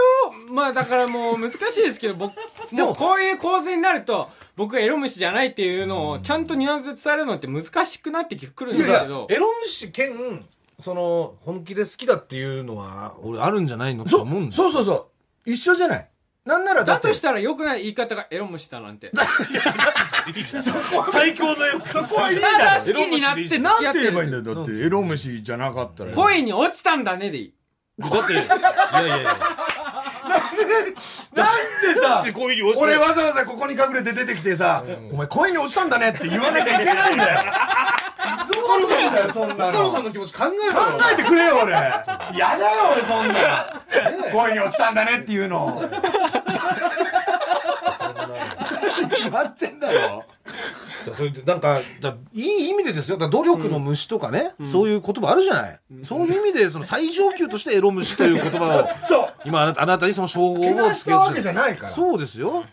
を、まあだからもう難しいですけど、僕、でもうこういう構図になると、僕がエロ虫じゃないっていうのを、ちゃんとニュアンスで伝えるのって難しくなってくるんですけど、エロ虫兼その本気で好きだっていうのは俺あるんじゃないのと思うんですよそうそうそう一緒じゃないなんならだだってとしたら良くない言い方がエロ虫だなんて。最強のエロそこはいいただ好きになって付き合なっんてて言えばいいる。んだよだってエロ虫じゃなかったら恋に落ちたんだねでいい。だっていやいやいやなんでさこういうふうに落ちて俺わざわざここに隠れて出てきてさ、お前恋に落ちたんだねって言わなきゃいけないんだよ。 どうするんだよ、そんなの。考の気持ち考ええてくれよ、俺。やだよ、俺、そんなの。恋に落ちたんだねっていうの。 決まってんだよ。だそれでなんかだいい意味でですよだ努力の虫とかね、そういう言葉あるじゃない、そういう意味でその最上級としてエロ虫という言 葉をそう。今あなたあなたにその称号をつけけようなとしたわけじゃないから。そうですよ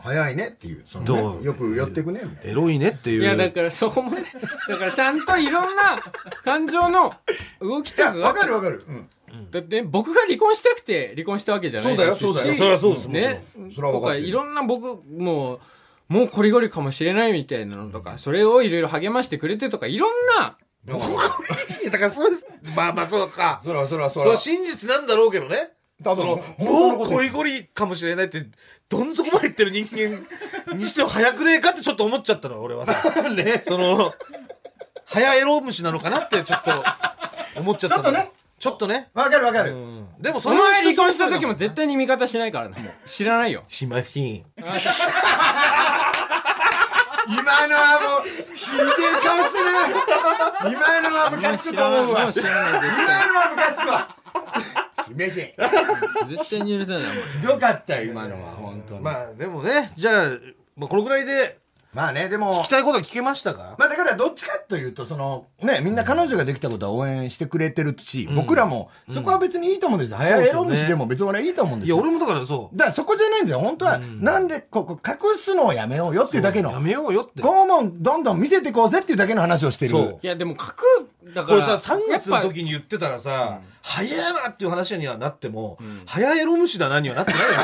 早いねっていう。そのねどうよく寄ってくね、みたいな。エロいねっていういや、だからそこもね、だからちゃんといろんな感情の動きとかいや、わが、かるわかる。うん。だって僕が離婚したくて離婚したわけじゃないですしそうだよそうだよしそりゃそうですねんそれは分とかっかてるいろんな僕もうもうこりごりかもしれないみたいなのとか、それをいろいろ励ましてくれてとかいろんなだからそうですまあまあそうかそらそらそそれらは。真実なんだろうけどね多分、もうゴ恋リゴリかもしれないってどん底までいってる人間にしては早くねえかってちょっと思っちゃったの俺はさ、その早エロ虫なのかなってちょっと思っちゃったのちょっとねちょっとねわかるわかうる。んでもそおれは前離婚した時も絶対に味方しないからね。もう知らないよ。しまひん今のはもう、ひでえ顔してない。今のはムカつ知くとらない。思うもわう。知らない。 今のはムカつくわ。姫姫。絶対に許せない。ひどかったよ、今のは、本当に。まあ、まあでもねじゃあ、まあ、このぐらいでね、でも聞き、たいことは聞けましたかまあだからどっちかというと、その、ね、みんな彼女ができたことは応援してくれてるし、僕らも、そこは別にいいと思うんですよ。早エロ虫でも別に俺はいいと思うんでいすやよ。俺もだからそうだからそこじゃないんですよ。本当は、なんでここ隠すのをやめようよっていうだけのや。めようよって拷問どんどん見せてこうぜっていうだけの話をしてる。そういや、でも書く、だかこれら。さ3月のやっぱ時に言ってたらさ、早いなっていう話にはなっても、早エロ虫だなにはなってないよね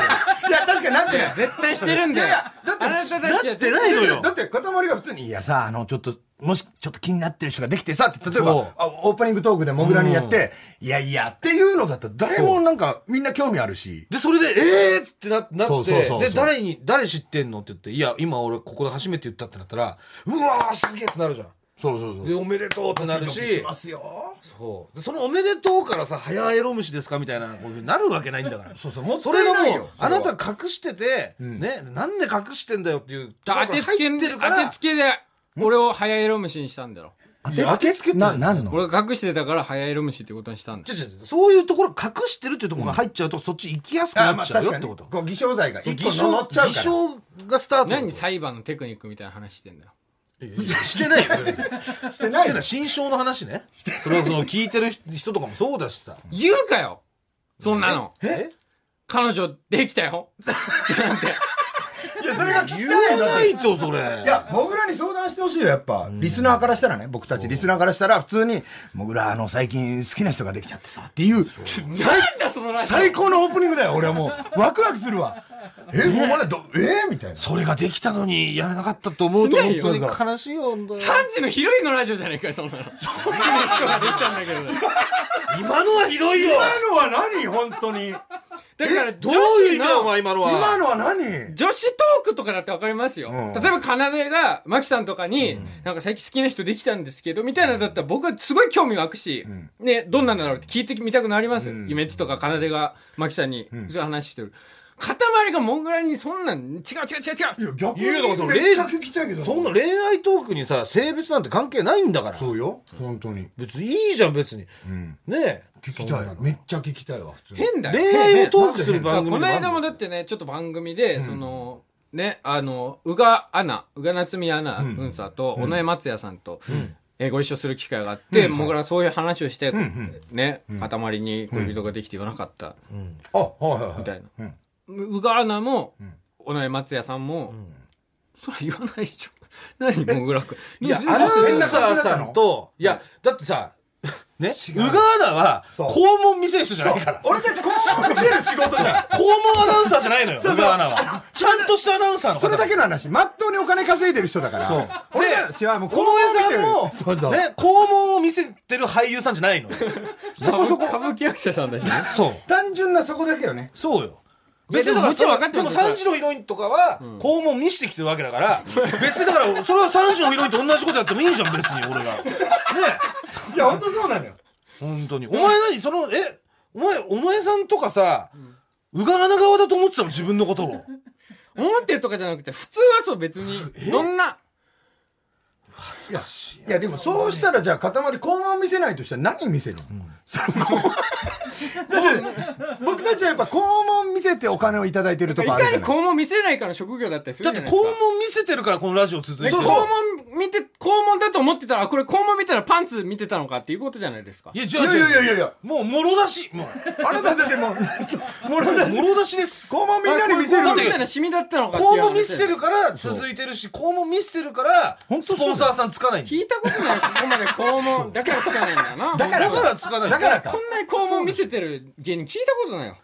いや、確かになってる。絶対してるんだよ。いやいやだってあなたたちはな絶ってないのよだって、塊が普通に、いやさ、あの、ちょっと、もし、ちょっと気になってる人ができてさ、って、例えそうば、あオープニングトークでモグラにやって、いやいや、っていうのだったら、誰もなんか、みんな興味あるし。で、それで、えーってななってそうそうそうそうで、誰に、誰知ってんのって言って、いや、今俺ここで初めて言ったってなったら、うわー、すげえってなるじゃん。そうそうで、う。おめでとうってなるドキし、ドキしますよ。そう。でそのおめでとうからさ、早エロ虫ですかみたいな、こういうふうになるわけないんだから。そうそう、もったそいれがないもうよ。、あなたそ隠してて、ね、なんで隠してんだよっていう、当てつけ、入ってるか当らてつけで、俺を早エロ虫にしたんだろ。れは、当てつけな、なんの俺が隠してたから早エロ虫ってことにしたんだよちょちょちょそういうところ隠してるっていうところが入っちゃうと、そっち行きやすくなあ、まっあちゃう確よっかてに。こと。こう、偽証罪が一個偽乗証っちゃう偽から。証がスタート。何裁判のテクニックみたいな話してんだよ。してないよ。してしなていない。新章の話ね。それをその聞いてる人とかもそうだしさ。言うかよそんなのえ彼女できたよなんて。いや、それが聞き言たわいよ。だっなていと、それ。いや、モグラに相談してほしいよ、やっぱ。リスナーからしたらね、僕たちリスナーからしたら、普通に、モグラ、あの、最近好きな人ができちゃってさ、っていう、なんだそのラジオ最高のオープニングだよ、俺はもう。ワクワクする わ。え、お前ど、えみたいな。それができたのにやらなかったと思うと、しない本よ当に悲しいよ、本当に !3 時のヒロインのラジオじゃねえかよ、そんなの。好きな人ができたんだけど。今のはひどいよ今のは何本当に。だから、ど女ういう子意味だよ、おの、前今のは。今のは何女子トークとかだってわかりますよ。ん例えば、かなでが、マキさんとかに、なんか最近好きな人できたんですけど、みたいなのだったら僕はすごい興味湧くし、ね、どんなんだろうって聞いてみたくなります。ゆめっちとかかなでが、マキさんに、そういう話してる。塊がモグラにそんなん、違う違う違う違う。逆にいやだからそのめっちゃ聞きたいけどそんな恋愛トークにさ性別なんて関係ないんだからそうよ本当に別にいいじゃん別に、ねえ聞きたいめっちゃ聞きたいわ普通に変だよ。恋愛をトークする番組このある間もだってね、ちょっと番組で、その、ね、あの、宇賀アナ、宇賀夏美アナ、うんさと、尾上松也さんと、えーご一緒する機会があって、僕らそういう話をして、ね、塊に恋人ができて言わなかった、あはいはいはいみたいな。宇賀アナも、尾上松也さんも、それ言わないでしょ。 何、もぐらく。いや、アナウンサ変なー顔してさたのんといやだってさね宇違う賀アナはそう肛門見せる人じゃないから俺たちこう見せる仕事じゃん肛門アナウンサーじゃないのよ宇賀アナはちゃんとしたアナウンサーの方それだけの話まっとうにお金稼いでる人だからそう俺ら違うもう小林このさんもね肛門を見せてる俳優さんじゃないのよそこそこ。歌舞伎役者さんだしね。 そう単純なそこだけよねそうよ。いやでもだもちろんそ分れかってるんででもすよ3時のヒロインとかは、肛門見してきてるわけだ から、別にだから、それは3時のヒロインと同じことやってもいいじゃん、別に、俺が。ねいや本当そうなのよ本当に。お前何その、え、お前、お前さんとかさ、うががな側だと思ってたの、自分のことを。思ってるとかじゃなくて、普通はそう別に、どんな、いやでもそうしたらじゃあ塊肛門見せないとしたら何見せるの、その肛門だって僕たちはやっぱ肛門見せてお金をいただいてるといこあるかじにゃない肛門見せないから職業だったりするだっじてゃない肛ですか。門見せてるから、このラジオ続いてるね、肛門見て、肛門だと思ってたら、あこれ肛門見たらパンツ見てたのかっていうことじゃないですかい。や、違いうやい違う。やいやいやもう、もろだし。もあなただってもうもろだう、しもろだしです。肛門みんなに見せるあのこれ肛門にみたいなシミだったのかっていう話肛門見せてるから続いてるし、肛門見せてるから、スポンサーさんつかないんだ聞よいたことない、ここまで肛門。だからつかないんだよな。だだからつかないんだよだからかこんなに肛門見せてる芸人聞いたことないよ。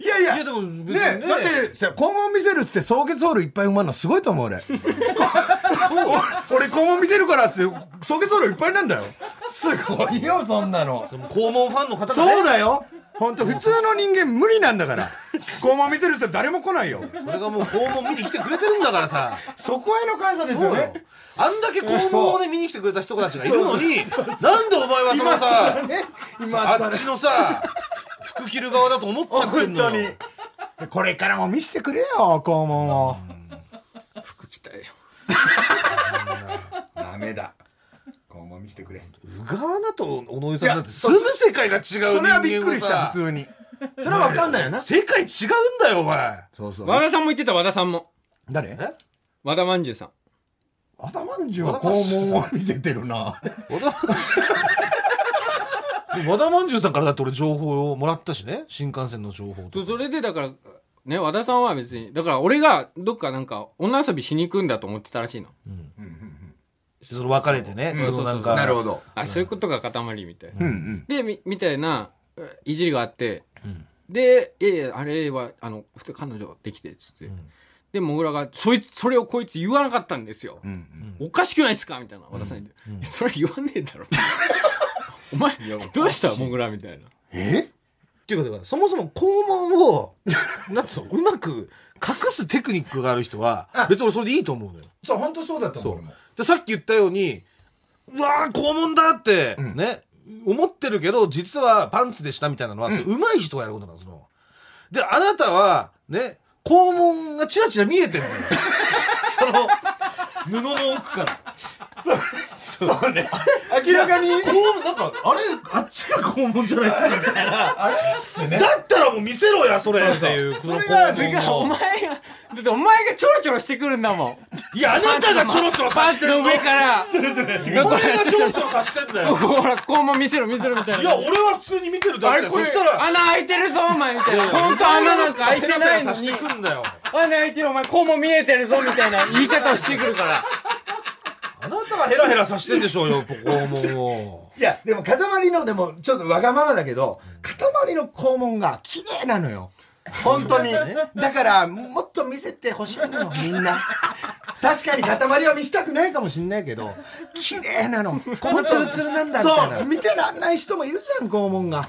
いやいやいやでも別にねねだってさ肛門見せるっつって総決ホールいっぱい埋まるのすごいと思う俺 俺俺肛門見せるからっつって総決ホールいっぱいなんだよすごいよそんなの肛門ファンの方がねそうだよ本当普通の人間無理なん だから肛門見せる人誰も来ないよそれがもう肛門見に来てくれてるんだからさ。そこへの感謝ですよねあんだけ肛門をね見に来てくれた人たちがいるのに、なんでお前はそのさ、今あ更っちのさ、服着る側だと思っちゃってんのよ。これからも見せてくれよ肛門を服着たいよ。ダメだ肛門見せてくれうがなと小野井さんだっていや住む世界が違う人間をさそれはびっくりした普通にそれは分かんないよな世界違うんだよ、お前。そうそ和田さんも言ってた、和田さんも。誰和田まんじゅうさん。和田まんじゅうは肛門を見せてるな和田まんじゅう和田まんじゅうさんからだって俺情報をもらったしね、新幹線の情報とそか。それでだから、ね、和田さんは別に、だから俺がどっかなんか女遊びしに行くんだと思ってたらしいの。その別れてね、そのなんか。なるほどあ、そういうことが塊みたいな。うんうんでみみたいなえいじりがあって、で「いやいやあれはあの普通彼女できて」っつって、でもぐらがそいつそれをこいつ言わなかったんですよ、おかしくないですか?」みたいな渡されて、いやそれ言わねえだ ろ」お前どうしたもぐら」みたいなえっていうかだからそもそも肛門 をなんつうのうまく隠すテクニックがある人は別に俺それでいいと思うのよそう本当そうだと思う俺もでさっき言ったようにうわー肛門だって、ね思ってるけど実はパンツでしたみたいなのは、うまい人がやることなんですのであなたはね肛門がチラチラ見えて るのよその布の奥からそうね明らかに肛門なんかあれあっちが肛門じゃないですかみたいなだったらもう見せろやそれっていうそのそれが違うお前がだってお前がちょろちょろしてくるんだもんいや、あなたがちょろちょろさしてそるのの。上からお前がちょろちょろさしてんだよ。ほら肛門見せろ見せろみたいいなや、俺は普通に見てるだあけだれよ。こそれしたら、穴開いてるぞお前みたいな本当穴なんか開いてないのペにラペラさしてくんだよ。穴開いてるお前肛門見えてるぞみたいな言い方をしてくる からあなたがヘラヘラさしてんでしょうよ、肛門を。いやでも塊のでもちょっとわがままだけど塊の肛門が綺麗なのよ本当にだからもっと見せてほしいのよみんな確かに塊は見せたくないかもしんないけど綺麗なのこのツルツルなんだそう見てらんない人もいるじゃん肛門が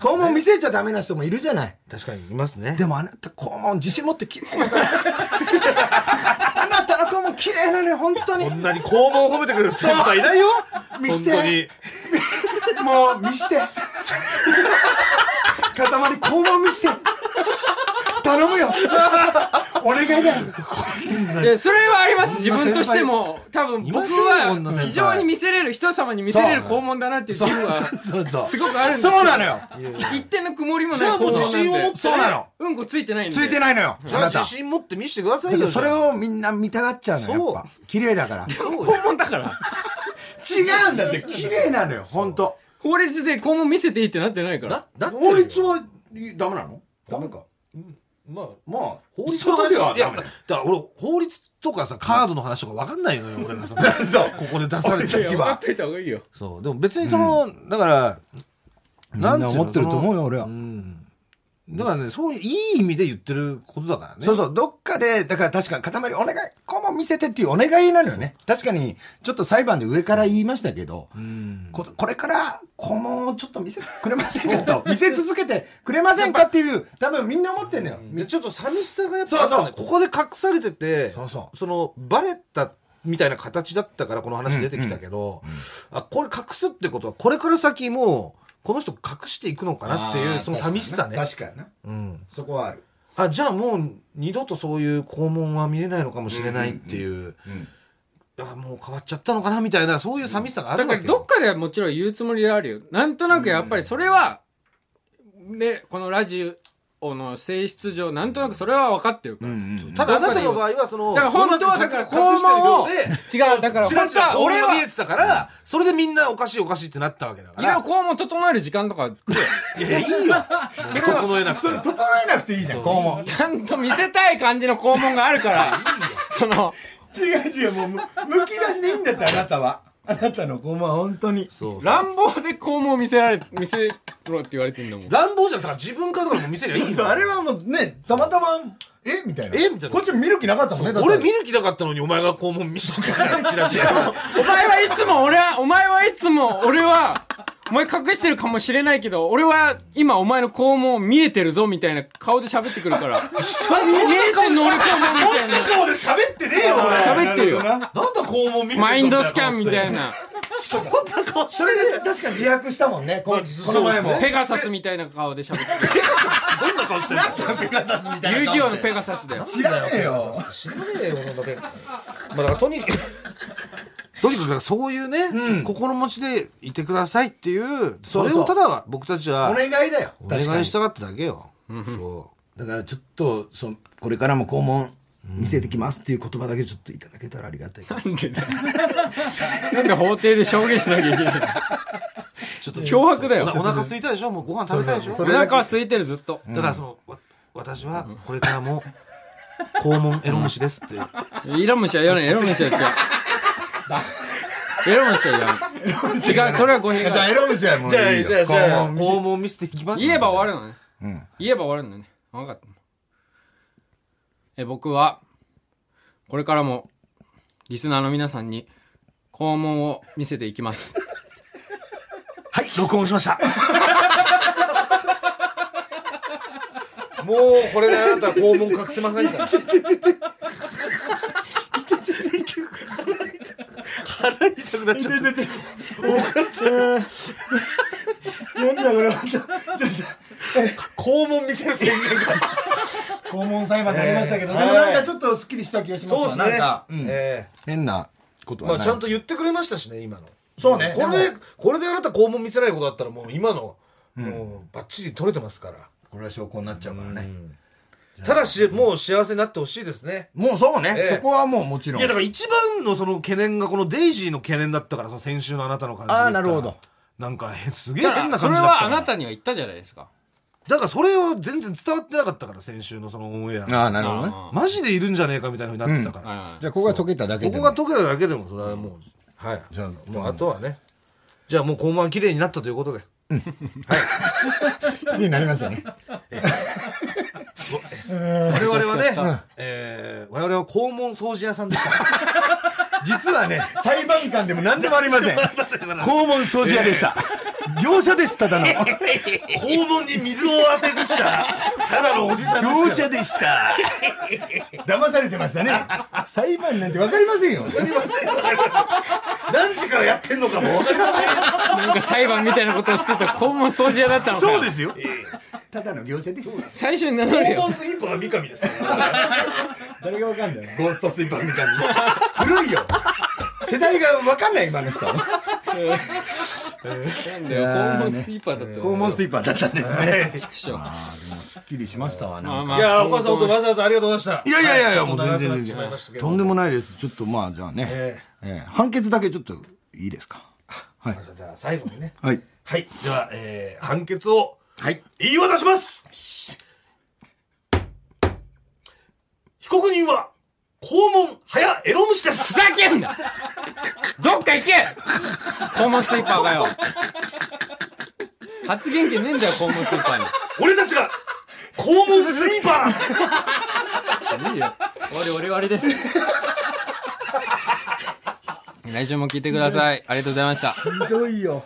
肛門見せちゃダメな人もいるじゃない確かに、いますね。でもあなた肛門自信持って綺麗だから あなたの肛門綺麗なのよ本当にこんなに肛門を褒めてくれる先輩いないよ。見本して当に。もう 見して塊肛門見して助頼むよお願いだよいやそれはあります自分としても多分僕こんな先は輩非常に見せれる人様に見せれるそう肛門だなっていう自負はそうそうすごくあるんですそうなのよ一点の曇りもないあもう肛門なんで自信を持ってそうなのうんこついてないんでついてないのよじあゃあなた自信持って見せてくださいだけよどそれをみんな見たがっちゃうのよそうやっぱ綺麗だから肛門だから違うんだって綺麗なのよ本当法律で肛門見せていいってなってないからだって法律はいダメなのダメかまあまあ法律の話外ではダいやメだから俺法律とかさカードの話とかわかんないのよ俺らさそうここで出されいてや一分番かっといた方がいいよそうでも別にその、だからなんていうのうよ俺はだからねそういういい意味で言ってることだからねそうそう、どっかで、だから確かに塊お願い、こうも見せてっていうお願いなのよね。確かに、ちょっと裁判で上から言いましたけど、ここれから、このちょっと見せてくれません かと、見せ続けてくれませんかっていう、多分みんな思ってんのよ。でちょっと寂しさがやっぱそうそうあったねここで隠されててそうそうのバレたみたいな形だったからこの話出てきたけど、あこれ隠すってことはこれから先もうこの人隠していくのかなっていうその寂しさね確かにな。うん、そこはある。あじゃあもう二度とそういう肛門は見れないのかもしれないっていう,、あもう変わっちゃったのかなみたいなそういう寂しさがあるだわかけらよどっかではもちろん言うつもりであるよなんとなくやっぱりそれはねこのラジオの性質上なんとなくそれは分かってるから、ただあなたの場合はそのだから本当はだから肛門を違うだからちら本ち当らは俺俺はは見えてたからそれでみんなおかしいおかしいってなったわけだかいろいろら肛門整える時間とかくれよいやい いよ整えなくそてれ、整えなくていいじゃん、こうも。ちゃんと見せたい感じの肛門があるからその違う違う、もうむ、むき出しでいいんだって、あなたは。あなたの肛門は本当に。そうそう乱暴で肛門見せられ見せろって言われてんだもん乱暴じゃなくてだから自分からとかも見せりゃいいんそう、だあれはもうね、たまたま、えみたいな。えみたいなこっち見る気なかったもんね、だって俺見る気なかったのにお前が肛門見せてくれないチラチラお前はいつも俺は、お前はいつも俺は、お前隠してるかもしれないけど、俺は今お前の肛門見えてるぞみたいな顔で喋ってくるから。見えてんの俺肛門みたいな。顔で喋ってねえよお前喋ってるよ。なんだ肛門見てんのマインドスキャンみたいな。それで確かに自白したもんね、ここの前も。ペガサスみたいな顔で喋ってる。どんな顔してんのペガサスみた遊いな顔戯王のペガサスだよ。知らねえよ。知らねえよそんなペンまあだからとにかくとにかくだからそういうね、心持ちでいてくださいっていうそれをただ僕たちおは願いだよ。お確願かいにし。たかっただけよそだからちょっと、その、これからも肛門見せてきますっていう言葉だけちょっといただけたらありがたい。なんでだよなんで法廷で証言しなきゃいけないのうちょっと脅迫だおよ。腹お腹空いたでしょもうご飯食べたいでしょお腹は空いてるずっと。だからその、わ私はこれからも肛門エロ虫ですって、イロムシは言わない。エロムシは違う。エロムシは言わない。違う、それは語弊がある。エロ虫やもん。じゃあ、じゃ肛門肛門見せていきます言えば終わるのね。言えば終わるのね。分かった。え、僕は、これからも、リスナーの皆さんに、肛門を見せていきます。はい録音しましたもうこれであなたは肛門隠せませんからなんだこれ、本肛門見せる宣言当肛門裁判になりましたけど、でもなんかちょっとスッキリした気がしますそうわですなんねか、うんえ変なことえまはあない。ちゃんと言ってくれましたしね今のそうねこれでもこれであなた肛門見せないことだったらもう今のもうバッチリ取れてますからこれは証拠になっちゃうからね。ただしもう幸せになってほしいですねもうそうえね。えそこはもうもちろいんやだ。から一番のその懸念がこのデイジーの懸念だったからその先週のあなたの感じで言ったらあーなるほどなんかへすげえだ変かなら、そ感れじだったはあからなたには言ったじゃないですか。だからそれは全然伝わってなかったから先週のそのオンエアああ、なるほどね。あマジでいるんじゃねえかみたいなふうになってたから、あじゃあ、ここが溶けただけこでこも。が解けただけでもそれはもう、はいじゃあもうあとはねじゃあもう肛門は綺麗になったということでがになりましたね。我々はよしよしよね、えー、我々は肛門掃除屋さんですから実 はね、裁判官でも何でもあり ません。肛門掃除屋でした。業者です、ただの。肛門に水を当ててきたただのおじさん業者でした。騙されてましたね。裁判なんてわかりませんよ。何時からやってんのかも分かりませんなんか裁判みたいなことをしてた肛門掃除屋だったのかよすよ。ただの業者です。最初に名乗れよンスイーパーは三上ですから 誰がわかんないゴーストスイーパーみたいな。古いよ。世代がわかんない、今の人。なんだよ肛門スイーパーだった肛門スイーパーだったんですね。畜生ますっきりしましたわ、なんかあまあいやお母さん本当わざわざありがとうございましたいやいやいやいや、もう全長く然なっ全てしまい然ました。けどとんでもないです。ちょっとまあ、じゃあね、ええ判決だけちょっといいですか。はい。じゃあ最後にねはい。はいでは、えー、判決をはい。言い渡します被告人は肛門早エロ虫ですふざけんなどっか行け肛門スイーパーがよ発言権ねえんだよ肛門スイーパーに俺たちが肛門スイーパーいいよ。終わり終わり終わり です。来週も聞いてください。ありがとうございました。ひどいよ。